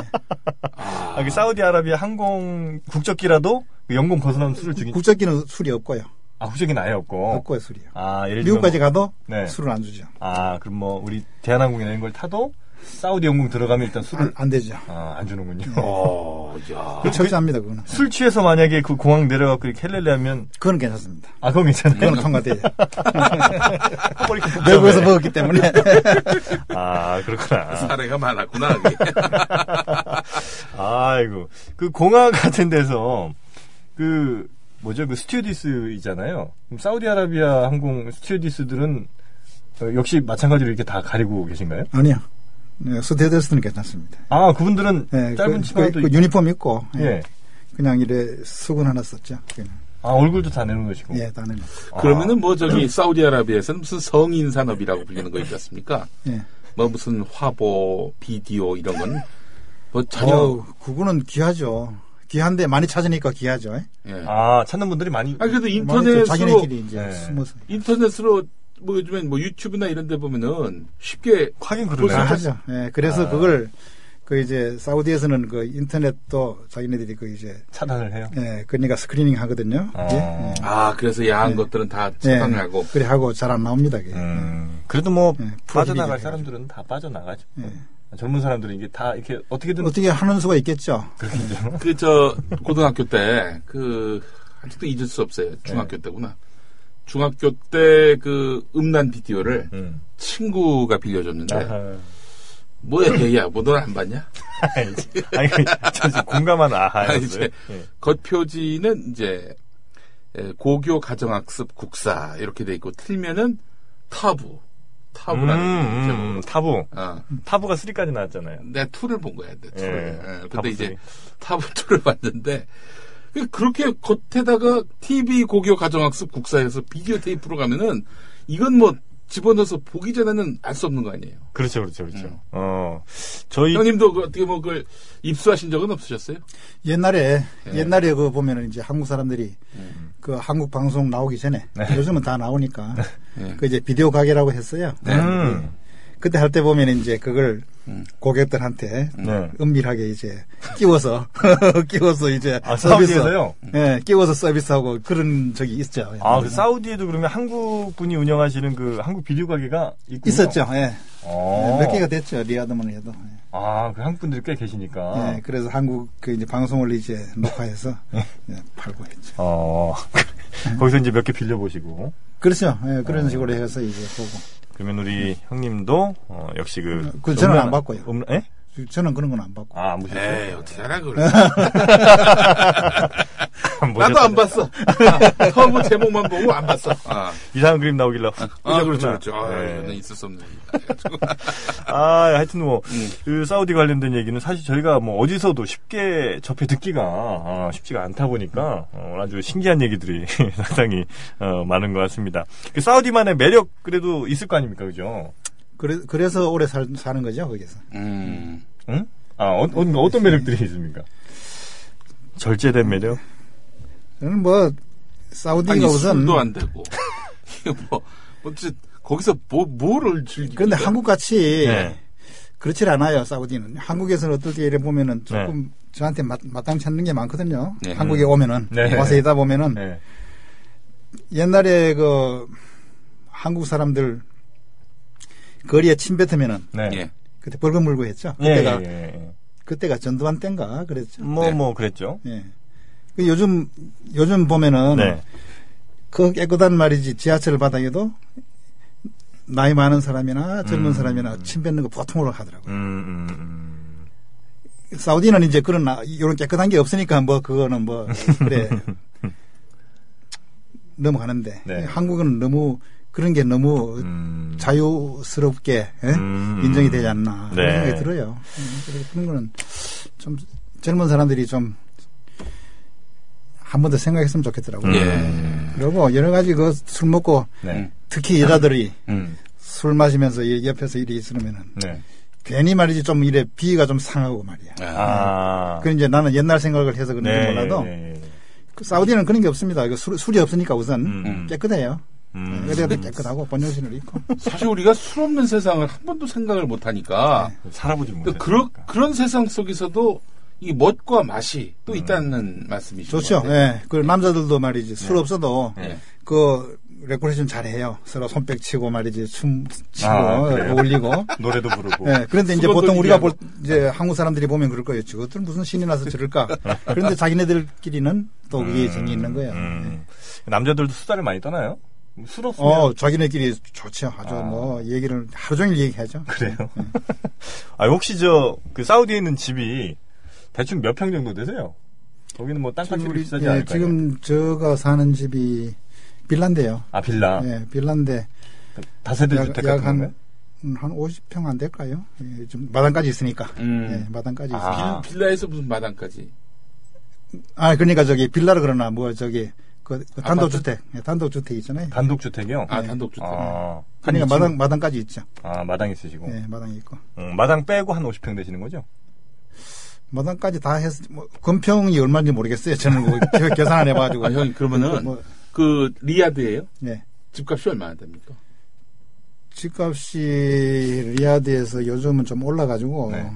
아, 그 사우디아라비아 항공 국적기라도 그 영공 벗어나면 술을 주긴.
국적기는 술이 없고요.
아, 국적기는 아예 없고.
없고요, 술이요.
아, 예를 들면.
미국까지 가도
네.
술을 안 주죠.
아, 그럼 뭐 우리 대한항공이나 이런 걸 타도 사우디 영공 들어가면 일단 술을
안, 안 되죠.
아, 안 주는군요.
어, 야.
그 철저합니다, 그거는.
술 취해서 만약에 그 공항 내려가고 이렇게 헬렐레 하면
그건 괜찮습니다.
아, 그건 괜찮아요.
그건 통과돼요.
그걸 이렇게
외국에서 먹었기 때문에.
아, 그렇구나.
사례가 많았구나. 그게.
아이고. 그 공항 같은 데서 그 뭐죠? 그 스튜어디스이잖아요. 그럼 사우디아라비아 항공 스튜어디스들은 어, 역시 마찬가지로 이렇게 다 가리고 계신가요?
아니요. 네, 스튜디오스는 괜찮습니다.
아, 그분들은
예,
짧은
그,
치마도
그, 그
입-
유니폼 입고. 예.
예.
그냥 이래 수건 하나 썼죠. 그냥.
아, 얼굴도 다 내놓으시고. 아.
예, 다는
그러면은 뭐 저기 사우디아라비아에서는 무슨 성인 산업이라고 불리는 거 있지 않습니까?
예.
뭐 무슨 화보, 비디오 이런 건 뭐 전혀
어, 그거는 귀하죠. 귀한데 많이 찾으니까 귀하죠.
예. 아,
아, 찾는 분들이 많이.
그래도
뭐 많이 또
인터넷으로
자기네끼리 이제
네.
숨어서
인터넷으로 뭐 요즘엔 뭐 유튜브나 이런 데 보면은 쉽게
하긴
네,
그러네.
벌써-
하죠. 예,
아.
그래서 그걸 그 이제 사우디에서는 그 인터넷도 자기네들이 그 이제
차단을 해요.
예, 그러니까 스크리닝 하거든요.
아.
예, 예.
아 그래서 야한
네.
것들은 다 차단하고
그래 하고 잘 안 나옵니다. 그게.
음, 그래도 뭐
예,
빠져나갈
프로그램이
사람들은 다 빠져나가죠. 젊은 사람들은 이게 다 이렇게 어떻게든
어떻게 하는 수가 있겠죠. 네.
그 저 고등학교 때 그 아직도 잊을 수 없어요.
네.
중학교 때구나. 중학교 때 그 음란 비디오를
음.
친구가 빌려줬는데
아하.
뭐야 걔야 뭐 너는 안 봤냐?
아니, 저 지금 공감한
아,
아하였어요.
이제
예.
겉표지는 이제 에, 고교 가정학습 국사 이렇게 돼 있고 틀면은 타부 타부라는
음, 음,
제목으로.
타부.
어.
타부가 3까지 나왔잖아요.
내 투를 본 거야, 내 투를.
예,
예, 근데
타브
이제
쓰리.
타브 투를 봤는데 그렇게 겉에다가 TV 고교 가정학습 국사에서 비디오 테이프로 가면은 이건 뭐 집어넣어서 보기 전에는 알 수 없는 거 아니에요.
그렇죠, 그렇죠, 그렇죠.
음.
어, 저희
형님도 그 어떻게 뭐 그걸 입수하신 적은 없으셨어요?
옛날에
예.
옛날에 그 보면은 이제 한국 사람들이
음.
그 한국 방송 나오기 전에
네.
요즘은 다 나오니까
네.
그 이제 비디오 가게라고 했어요.
음,
그때 할 때 보면 이제 그걸 고객들한테
네.
은밀하게 이제 끼워서 끼워서 이제
아,
서비스
사우디에서요?
예, 끼워서 서비스하고 그런 적이 있죠.
아, 그 사우디에도 그러면 한국 분이 운영하시는 그 한국 비디오 가게가 있군요.
있었죠. 예.
어.
몇 개가 됐죠. 리아드만 해도. 예.
아, 그 한국 분들이 꽤 계시니까.
예, 그래서 한국 그 이제 방송을 이제 녹화해서 예, 팔고 했죠.
어. 거기서 이제 몇 개 빌려보시고.
그렇죠. 예, 그런 식으로 해서 이제 보고.
그러면 우리 형님도, 어, 역시 그.
그 저는
음란-
안 받고요.
음, 예?
저는 그런 건 안 받고.
아, 안 보셨어요?
에이, 어떻게 알아, 그걸.
안
나도
보셨다네.
안 봤어. 아, 처음 제목만 보고 안 봤어. 아,
이상한 그림 나오길래. 아,
아 그렇죠, 그렇죠. 아,
네.
이거는 있을 수 없는 얘기다. 네.
아, 하여튼 뭐,
예.
그 사우디 관련된 얘기는 사실 저희가 뭐 어디서도 쉽게 접해 듣기가 아, 쉽지가 않다 보니까 어, 아주 신기한 얘기들이 상당히 어, 많은 것 같습니다. 그 사우디만의 매력 그래도 있을 거 아닙니까, 그죠?
그래, 서 오래 살, 사는 거죠, 거기서.
음.
응? 아, 어,
예.
떤 매력들이 있습니까? 절제된 매력?
저는 뭐, 사우디가
아니
우선.
술도 안 되고 이게 뭐 어째 거기서 뭐 뭐를 즐기?
그런데
예.
한국같이
네.
그렇질 않아요, 사우디는. 한국에서는 어떨 때 이래 보면은 조금 저한테 마, 마땅치 않는 게 많거든요.
네.
한국에 오면은.
네.
와서 있다 보면은
네.
옛날에 그 한국 사람들 거리에 침 뱉으면은
네.
예. 그러니까
그때 벌금 물고 했죠.
예, 예,
그때가,
예, 예.
그때가 전두환 때인가 그랬죠.
뭐,
네.
뭐, 그랬죠.
예. 그 요즘, 요즘
음.
보면은
네.
그 깨끗한 말이지 지하철 바닥에도 나이 많은 사람이나 젊은
음.
사람이나 침 뱉는 거 보통으로 하더라고요.
음, 음, 음.
사우디는 이제 그런 나- 이런 깨끗한 게 없으니까 뭐 그거는 뭐 그래 넘어가는데
네.
한국은 너무 그런 게 너무
그
음.
자유스럽게 예?
음.
인정이 되지 않나
네.
그런 생각이 들어요. 음, 그래서 그런 거는 좀 젊은 사람들이 좀 한 번 더 생각했으면 좋겠더라고요.
예.
그리고 여러 가지 그 술 먹고
음.
음.
네.
특히 여자들이
음.
술 마시면서 이 옆에서 일이 있으면은
네.
괜히 말이지 좀 이래 비위가 좀 상하고 말이야.
아.
그 이제 나는 옛날 생각을 해서 그런지
네,
몰라도
예, 예, 예.
그 사우디는 그런 게 없습니다. 그 술, 술이 없으니까 우선
음.
깨끗해요.
음.
그래도 깨끗하고 번영신을 입고
사실 우리가 술 없는 세상을 한 번도 생각을 못 하니까
살아보지
근데
못했으니까.
그러, 그런 세상 속에서도 이 멋과 맛이 또 있다는 말씀이시죠.
좋죠.
네.
예. 그 남자들도 말이지 술 없어도
네.
그 레코레이션 잘해요. 서로 손뼉 치고 말이지 춤 치고
아, 그래요? 뭐
어울리고.
노래도 부르고.
예, 그런데 이제
수건도
보통 우리가 볼,
얘기하고.
이제 한국 사람들이 보면 그럴 거예요. 저것들 무슨 신이 나서 저럴까. 그런데 자기네들끼리는 또 그게 재미 있는 거예요. 네.
음. 남자들도 수다를 많이 떠나요? 술 없으면
어, 자기네끼리 좋죠. 아주 뭐 얘기를 하루 종일 얘기하죠.
그래요.
네.
아 혹시 저 그 사우디에 있는 집이 대충 몇 평 정도 되세요? 거기는 뭐 땅값이
우리,
비싸지
예,
않을까요?
지금 제가 사는 집이 빌라인데요.
아 빌라
예, 빌라인데
다세대
약-
주택
약
같은
한-
건가요?
음, 한 50평 안 될까요? 예, 좀 마당까지 있으니까.
음.
예, 마당까지
아.
있으니까.
빌- 빌라에서 무슨 마당까지.
아, 그러니까 저기 빌라를 그러나 뭐 저기 그, 그 단독주택, 예, 단독주택 있잖아요.
단독 주택이요?
아, 단독주택.
아,
그러니까 마당 마당까지 있죠.
아, 마당 있으시고
예, 마당이 있고.
음, 마당 빼고 한 50평 되시는 거죠?
뭐든까지 다 해서 뭐 금평이 얼마인지 모르겠어요. 저는 뭐 계- 계산 안 해봐가지고.
아, 형님, 그러면은,
뭐,
그, 리아드예요
네.
집값이 얼마나 됩니까?
집값이 리아드에서 요즘은 좀 올라가지고
네.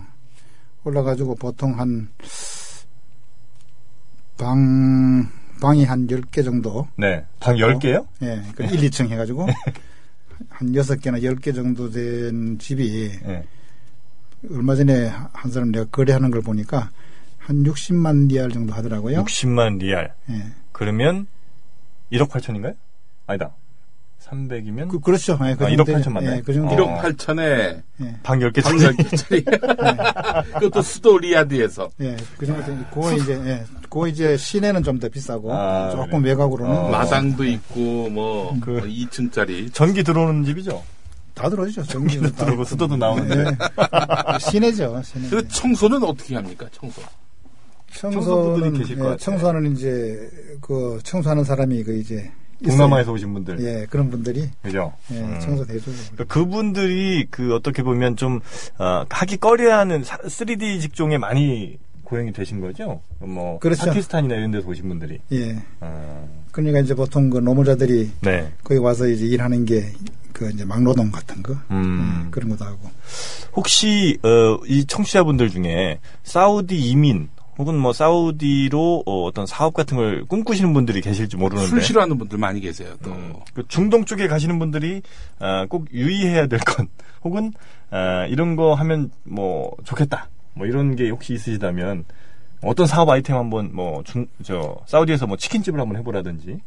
올라가지고 보통 한 방 방이 한 10개 정도
네. 방 10개요?
예, 그 1, 2층 해가지고 한 6개나 10개 정도 된 집이
네.
얼마 전에 한 사람 내가 거래하는 걸 보니까 한 60만 리알 정도 하더라고요.
60만 리알.
예.
그러면 1억 8천인가요? 아니다. 300이면
그, 그렇죠. 예, 그
아,
정도
1억 8천 맞나요?
예, 그 정도.
어. 네.
1억 8천에
예.
방 10개
방
짜리.
10개짜리. 그것도 수도 리아드에서.
예, 그 정도. 되- 그거 이제, 예, 그거 이제 시내는 좀 더 비싸고,
아,
조금
그래요?
외곽으로는.
어.
마당도 있고, 뭐,
그-
뭐 2층짜리.
전기 들어오는 집이죠.
다 들어오죠. 전기도 다.
들어오고 수도도 나오는데.
예. 시내죠, 시내.
그 청소는 어떻게 합니까, 청소?
청소는,
청소분들이 계실 것
예,
같아요.
청소하는 이제, 그, 청소하는 사람이 그 이제. 있어요.
동남아에서 오신 분들.
예, 그런 분들이,
그죠?
예,
음.
청소 대주
그러니까 그분들이 그 어떻게 보면 좀 어, 하기 꺼려하는 사- 3D 직종에 많이 고용이 되신 거죠? 뭐
그렇죠.
파키스탄이나 이런 데서 오신 분들이.
예.
어,
그러니까 이제 보통 그 노무자들이
네.
거기 와서 이제 일하는 게 그 이제 막노동 같은 거
음.
예, 그런 것도 하고
혹시 어, 이 청취자분들 중에 사우디 이민 혹은 뭐 사우디로 어, 떤 사업 같은 걸 꿈꾸시는 분들이 계실지 모르는데
술 싫어하는 분들 많이 계세요, 또.
음, 그 중동 쪽에 가시는 분들이 아, 꼭 유의해야 될 건 혹은 아, 이런 거 하면 뭐 좋겠다 뭐 이런 게 혹시 있으시다면 어떤 사업 아이템 한번 뭐중저 사우디에서 뭐 치킨집을 한번 해보라든지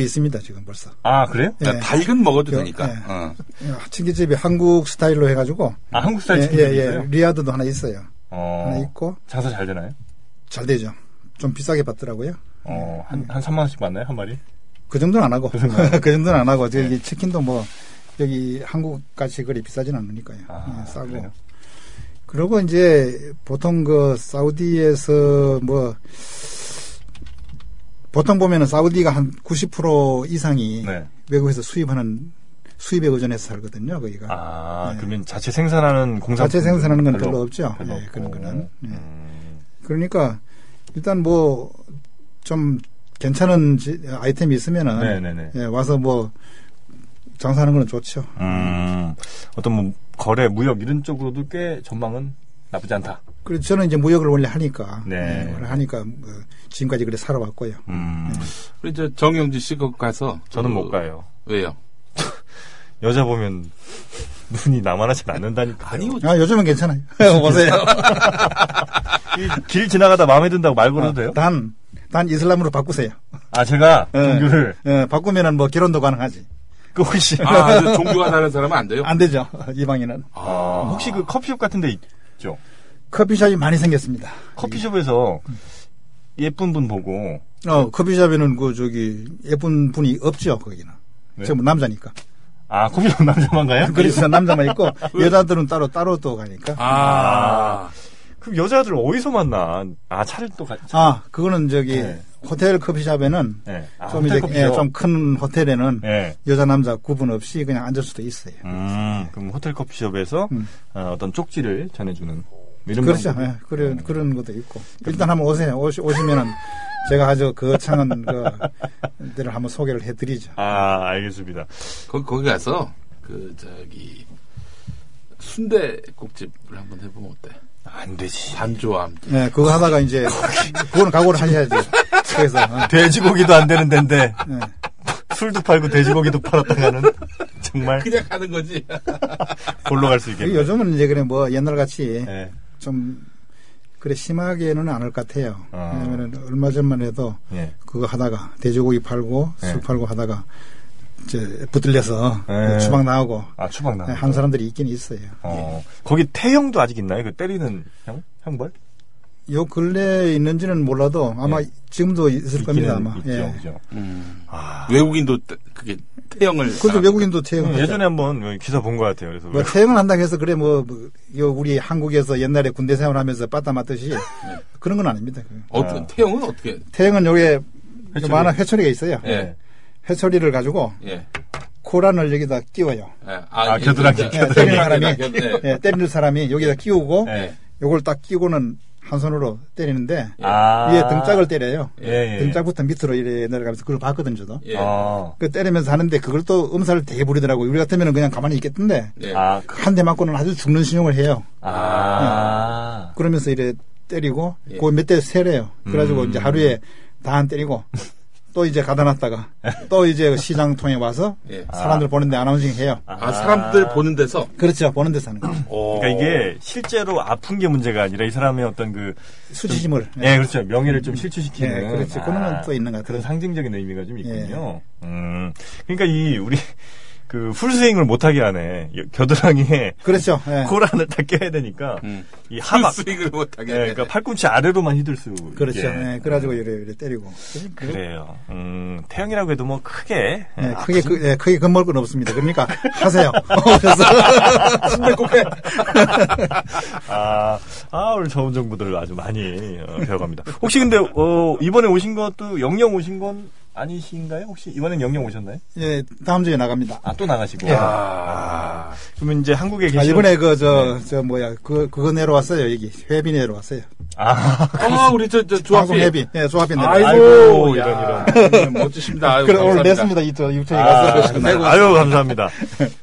치킨집이 있습니다 지금 벌써
뭐 아 그래요?
예.
닭은 그러니까 먹어도
그,
되니까.
네.
예.
어.
야, 치킨집이 한국 스타일로 해가지고
아 한국 스타일
예,
치킨집
예, 예. 네.
있어요?
리아드도 하나 있어요 하나
어,
있고
장사 잘 되나요?
잘 되죠 좀 비싸게 받더라고요
어, 한, 한 3만 원씩 받나요? 한 마리?
그 정도는 안 하고 그 정도는 안 하고 저기
네.
치킨도 뭐 여기 한국 같이 그리 비싸진 않으니까요
아,
예, 싸고
그래요?
그리고 이제 보통 그 사우디에서 뭐 보통 보면은 사우디가 한 90% 이상이
네.
외국에서 수입하는 수입에 의존해서 살거든요. 거기가
아,
네.
그러면 자체 생산하는 공사
자체 생산하는 건 별로 없죠.
별로
예,
없고.
그런 거는. 예.
음,
그러니까 일단 뭐 좀 괜찮은 지- 아이템이 있으면은
네네네.
예, 와서 뭐 장사하는 거는 좋죠.
음, 어떤 뭐 거래, 무역 이런 쪽으로도 꽤 전망은 나쁘지 않다.
그리고 저는 이제 무역을 원래 하니까
네.
예, 원래 하니까 뭐 지금까지 그래 살아왔고요.
음,
우리 저 정영진 씨거 가서.
저는
그-
못 가요.
왜요?
여자 보면 눈이 나만하진 않는다니까.
아니요.
아 요즘은 괜찮아요. 오세요.
길 지나가다 마음에 든다고 말 걸어도
아.
돼요?
단, 단 이슬람으로 바꾸세요.
아, 제가
예.
종교를
예, 바꾸면은 뭐 결혼도 가능하지.
그 혹시
아, 저 종교가 다른 사람은 안 돼요?
안 되죠. 이방인은.
아, 혹시 그 커피숍 같은 데 있죠?
커피숍이 많이 생겼습니다.
커피숍에서 예쁜 분 보고
어, 커피숍에는 그 저기 예쁜 분이 없죠, 거기는.
네?
지금 남자니까.
아, 커피숍 남자만 가요? 아.
그래서 남자만 있고 여자들은 따로 따로 또 가니까.
아.
그럼 여자들 어디서 만나? 아 차를 또 같이.
아, 그거는 저기
네.
호텔 커피숍에는
네. 아,
좀
호텔
이제 예,
커피숍.
좀 큰 호텔에는
예.
여자 남자 구분 없이 그냥 앉을 수도 있어요.
음, 그럼 호텔 커피숍에서
음.
어, 떤 쪽지를 전해주는 이런 네.
그렇죠.
방법.
예, 그런 그런 것도 있고. 일단 한번 오세요. 오시, 오시면은 제가 아주 거창한 그 데를 한번 소개를 해드리죠.
아, 알겠습니다.
거, 거기 가서 그 저기 순대국집을 한번 해보면 어때?
안 되지.
반주와 함께.
예, 그거 하다가 이제 그거는 각오를 하셔야지. 그래서 어,
돼지고기도 안 되는 데인데
예.
술도 팔고 돼지고기도 팔았다가는 정말
그냥 가는 거지.
골로 갈 수
그리고
있겠네요.
요즘은 이제 그래 뭐 옛날 같이
예.
좀 그래 심하게는 않을 것 같아요.
아.
왜냐면 얼마 전만 해도
예.
그거 하다가 돼지고기 팔고
예.
술 팔고 하다가 이제 붙들려서
예.
추방 나오고
아, 추방 나.
예, 한 사람들이 있긴 있어요.
어, 거기 태형도 아직 있나요? 그 때리는 형? 형벌?
요 근래에 있는지는 몰라도 아마
예.
지금도 있을 겁니다
있기는
아마. 예.
있죠, 그죠. 아.
외국인도 때- 그게 태형을 아,
그것도 그렇죠, 외국인도 태형.
음, 예전에 한번 기사 본 것 같아요. 그래서
뭐 태형을 한다고 해서 그래 뭐, 뭐, 요 우리 한국에서 옛날에 군대 생활하면서 빠따 맞듯이
네.
그런 건 아닙니다. 그.
어떤 태형은 어떻게?
태형은 요게
회초리.
만화 회초리가 있어요.
예.
예.
회초리를 가지고
예. 예.
코란을 여기다 끼워요.
아, 겨드랑이,
예,
예, 때리는
겨드랑이, 네,
사람이
겨드랑이.
예, 때리는 사람이 여기다 끼우고
예.
요걸 딱 끼고는 한 손으로 때리는데
아.
위에 등짝을 때려요.
예, 예.
등짝부터 밑으로 이래 내려가면서 그걸 봤거든요, 저도.
예.
아.
그 때리면서 하는데 그걸 또 음사를 되게 부리더라고요. 우리 같으면 그냥 가만히 있겠던데
예.
아, 그-
한 대 맞고는 아주 죽는 신용을 해요. 예.
아.
그러면서 이래 때리고
예.
그 몇 대 세래요. 그래가지고 이제 하루에 다 안 때리고 또 이제 가다 놨다가 또 이제 시장 통해 와서
예.
사람들 보는데 아나운싱 해요.
아, 사람들 보는 데서.
그렇죠. 보는 데서 하는 거죠.
그러니까
어.
이게 실제로 아픈 게 문제가 아니라 이 사람의 어떤 그
수치심을.
예, 그렇죠. 명예를 좀 실추시키는.
예, 네. 그렇죠. 그런 건또 있는 것 같아요. 예.
그런 상징적인 의미가 좀 있군요. 음. 그러니까 이, 우리, 그, 풀스윙을 못하게 하네. 이 겨드랑이에
그렇죠. 예.
코란을 다 껴야 되니까,
음.
이 하막.
수익을 못하게.
예, 그러니까 팔꿈치 아래로만 휘둘 수. 있게.
그렇죠. 예, 그래가지고 이래, 이래 때리고.
그래요. 음, 태형이라고 해도 뭐 크게.
예, 크게, 그, 예, 크게 겁먹을 건 없습니다. 그러니까 하세요. 그래서 순대국회.
아, 아, 오늘 좋은 정보들 아주 많이 어, 배워갑니다. 혹시 근데, 어, 이번에 오신 것도 영영 오신 건 아니신가요? 혹시 이번엔 영영 오셨나요?
예, 다음 주에 나갑니다.
아, 또 나가시고.
예.
아, 그러면 이제 한국에 계시는. 네.
아, 이번에 그, 저, 저, 뭐야, 그, 그거 내려왔어요, 여기. 회비 내려왔어요.
아,
아, 우리 저, 저, 조합이.
방송 회비. 예, 조합이
아이고,
내려왔어요.
아이고, 이런,
야, 네, 멋지십니다. 아이고,
그래, 오늘
감사합니다.
냈습니다. 이쪽, 이쪽에
아,
가서. 네,
아유, 아유, 감사합니다.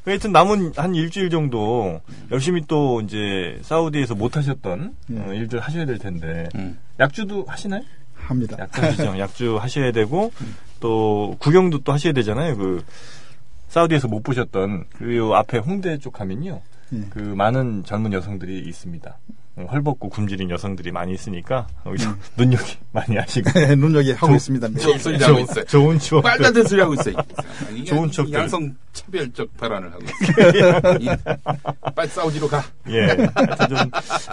하여튼 남은 한 일주일 정도 열심히 또 이제 사우디에서 못 하셨던
음.
어, 일들 하셔야 될 텐데
음.
약주도 하시나요?
합니다.
약주죠. 약주 하셔야 되고 또 구경도 또 하셔야 되잖아요. 그 사우디에서 못 보셨던 그 요 앞에 홍대 쪽 가면요.
예.
그 많은 젊은 여성들이 있습니다. 음, 헐벗고 굶주린 여성들이 많이 있으니까 거기서
네.
눈요기 많이 하시고
예, 눈여기 하고
조-
있습니다.
조- 소리 나고 있어요.
좋은 추억
말도 안 되는 소리 하고 있어요. 이게
좋은 척들.
양성 차별적 발언을 하고 있어요. 이- 빨리 사우디로 가.
예. 하여튼 좀,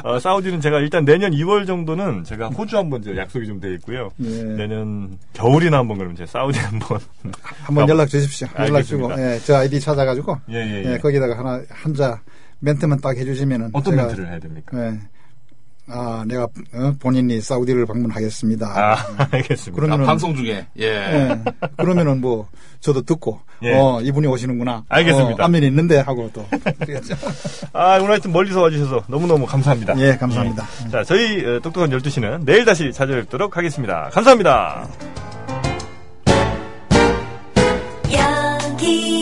어, 사우디는 제가 일단 내년 2월 정도는 제가 호주 한번 제 약속이 좀 돼 있고요.
예.
내년 겨울이나 한번 그러면 제가 사우디 한번.
네. 한번 연락 주십시오. 연락 주고,
아, 알겠습니다.
예, 저 아이디 찾아가지고,
예, 예, 예.
예, 거기다가 하나, 한자, 멘트만 딱 해주시면은.
어떤
제가,
멘트를 해야 됩니까?
예. 아, 내가, 어, 본인이 사우디를 방문하겠습니다.
아, 알겠습니다.
그러면은.
아, 방송 중에. 예.
예. 그러면은 뭐, 저도 듣고,
예.
어, 이분이 오시는구나.
알겠습니다.
어, 안면이 있는데 하고 또. 그렇죠. 그랬죠.
아, 오늘 하여튼 멀리서 와주셔서 너무너무 감사합니다.
예, 감사합니다.
예. 자, 저희 어, 똑똑한 12시는 내일 다시 찾아뵙도록 하겠습니다. 감사합니다.
여기